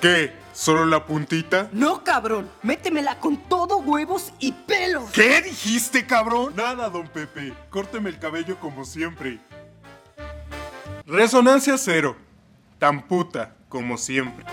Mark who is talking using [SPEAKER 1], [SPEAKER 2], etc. [SPEAKER 1] ¿Qué? ¿Solo la puntita?
[SPEAKER 2] No, cabrón. Métemela con todo huevos y pelos.
[SPEAKER 1] ¿Qué dijiste, cabrón? Nada, don Pepe. Córteme el cabello como siempre. Resonancia cero. Tan puta como siempre.